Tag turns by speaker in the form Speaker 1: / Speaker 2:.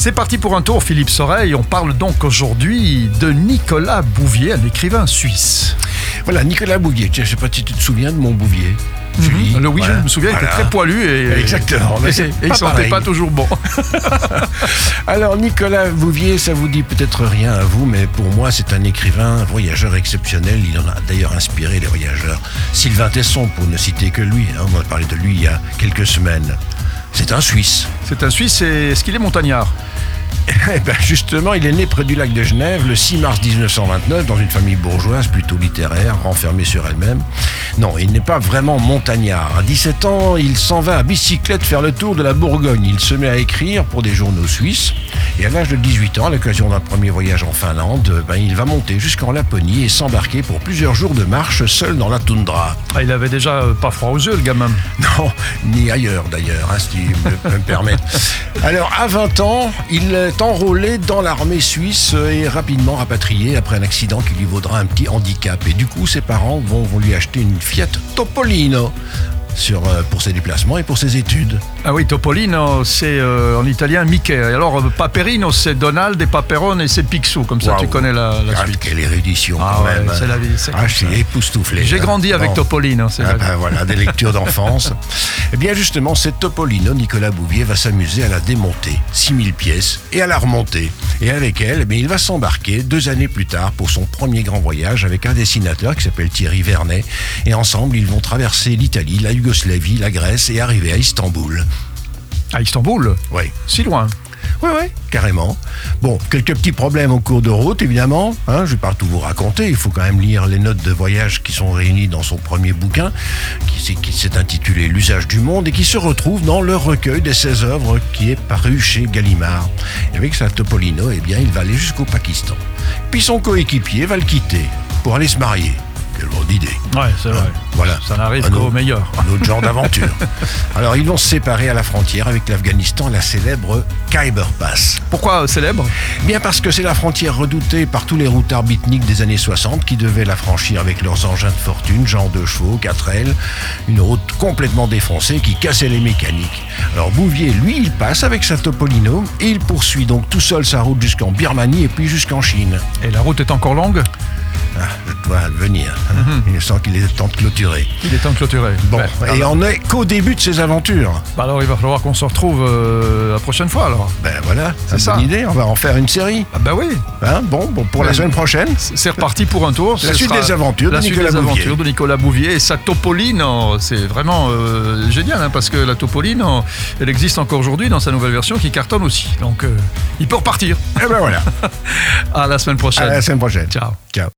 Speaker 1: C'est parti pour un tour, Philippe Soreille. On parle donc aujourd'hui de Nicolas Bouvier, un écrivain suisse.
Speaker 2: Voilà, Nicolas Bouvier. Tiens, je sais pas si tu te souviens de mon Bouvier. Julie.
Speaker 1: Mhm. Le oui,
Speaker 2: Voilà.
Speaker 1: je me souviens, il était
Speaker 2: Voilà.
Speaker 1: très poilu et,
Speaker 2: Exactement, mais
Speaker 1: et,
Speaker 2: c'est
Speaker 1: et
Speaker 2: pas
Speaker 1: il sentait
Speaker 2: pareil.
Speaker 1: pas toujours bon.
Speaker 2: Alors Nicolas Bouvier, ça vous dit peut-être rien à vous, mais pour moi c'est un écrivain, un voyageur exceptionnel. Il en a d'ailleurs inspiré les voyageurs. Sylvain Tesson, pour ne citer que lui, hein, on a parlé de lui il y a quelques semaines. C'est un Suisse.
Speaker 1: C'est un Suisse et est-ce qu'il est montagnard
Speaker 2: Eh ben, justement, il est né près du lac de Genève le 6 mars 1929 dans une famille bourgeoise plutôt littéraire, renfermée sur elle-même. Non, il n'est pas vraiment montagnard. À 17 ans, il s'en va à bicyclette faire le tour de la Bourgogne. Il se met à écrire pour des journaux suisses. Et à l'âge de 18 ans, à l'occasion d'un premier voyage en Finlande, ben, il va monter jusqu'en Laponie et s'embarquer pour plusieurs jours de marche seul dans la toundra.
Speaker 1: Ah, Il avait déjà euh, pas froid aux yeux, le gamin.
Speaker 2: Non, ni ailleurs d'ailleurs, hein, si tu me- peux me permettre. Alors, à 20 ans, il est enrôlé dans l'armée suisse euh, et rapidement rapatrié après un accident qui lui vaudra un petit handicap. Et du coup, ses parents vont, vont lui acheter une Fiat Topolino sur, euh, pour ses déplacements et pour ses études.
Speaker 1: Ah oui, Topolino, c'est euh, en italien Mickey. Et alors, euh, Paperino, c'est Donald et Paperone et c'est Picsou. Comme ça,
Speaker 2: Waouh.
Speaker 1: tu connais la, la
Speaker 2: Ah,
Speaker 1: suite.
Speaker 2: quelle érudition
Speaker 1: Ah
Speaker 2: quand
Speaker 1: ouais,
Speaker 2: même.
Speaker 1: c'est la vie, c'est
Speaker 2: Ah,
Speaker 1: comme
Speaker 2: je suis
Speaker 1: ça.
Speaker 2: époustouflé.
Speaker 1: J'ai
Speaker 2: hein.
Speaker 1: grandi avec
Speaker 2: Bon.
Speaker 1: Topolino, c'est
Speaker 2: Ah
Speaker 1: vrai.
Speaker 2: ben voilà, des lectures d'enfance. Eh bien justement, cette Topolino, Nicolas Bouvier va s'amuser à la démonter, 6000 pièces, et à la remonter. Et avec elle, eh bien, il va s'embarquer deux années plus tard pour son premier grand voyage avec un dessinateur qui s'appelle Thierry Vernet. Et ensemble, ils vont traverser l'Italie, la Yougoslavie, la Grèce et arriver à Istanbul.
Speaker 1: À Istanbul,
Speaker 2: Oui,
Speaker 1: si loin.
Speaker 2: oui, oui, carrément. Bon, quelques petits problèmes en cours de route, évidemment. Hein, je ne vais pas tout vous raconter. Il faut quand même lire les notes de voyage qui sont réunies dans son premier bouquin, qui, s'est- qui s'est intitulé L'usage du monde et qui se retrouve dans le recueil des 16 œuvres qui est paru chez Gallimard. Et avec sa Topolino, eh bien, il va aller jusqu'au Pakistan. Puis son coéquipier va le quitter pour aller se marier. Quelle bonne idée.
Speaker 1: Ouais, c'est vrai.
Speaker 2: Voilà.
Speaker 1: Ça n'arrive
Speaker 2: Un
Speaker 1: qu'au
Speaker 2: autre-
Speaker 1: meilleur.
Speaker 2: Un autre genre d'aventure. Alors, ils vont se séparer à la frontière avec l'Afghanistan, la célèbre Khyber Pass.
Speaker 1: Pourquoi euh, célèbre
Speaker 2: Bien parce que c'est la frontière redoutée par tous les routards bitniques des années 60 qui devaient la franchir avec leurs engins de fortune, genre de chevaux, 4 ailes, une route complètement défoncée qui cassait les mécaniques. Alors Bouvier, lui, il passe avec sa Topolino et il poursuit donc tout seul sa route jusqu'en Birmanie et puis jusqu'en Chine.
Speaker 1: Et la route est encore longue
Speaker 2: Ah, je dois le venir. hein.
Speaker 1: Mhm.
Speaker 2: Il sent qu'il est temps de clôturer.
Speaker 1: Il est temps de clôturer.
Speaker 2: Bon,
Speaker 1: Ouais.
Speaker 2: et on est qu'au début de ses aventures.
Speaker 1: Bah alors, il va falloir qu'on se retrouve euh, la prochaine fois, alors.
Speaker 2: Ben voilà, c'est
Speaker 1: ça.
Speaker 2: une bonne idée, on va en faire une série.
Speaker 1: Ah bah oui,
Speaker 2: Hein, bon, bon, pour la
Speaker 1: Mais-
Speaker 2: semaine prochaine.
Speaker 1: c'est c'est reparti pour un tour.
Speaker 2: La
Speaker 1: Ce
Speaker 2: suite
Speaker 1: sera
Speaker 2: des aventures de
Speaker 1: la suite
Speaker 2: Nicolas
Speaker 1: des
Speaker 2: Bouvier.
Speaker 1: aventures de Nicolas Bouvier et sa Topolino. C'est vraiment euh, génial hein, parce que la Topolino, elle existe encore aujourd'hui dans sa nouvelle version qui cartonne aussi. Donc, euh, il peut repartir.
Speaker 2: Et ben voilà,
Speaker 1: À la semaine prochaine.
Speaker 2: à la semaine prochaine.
Speaker 1: Ciao.
Speaker 2: Ciao.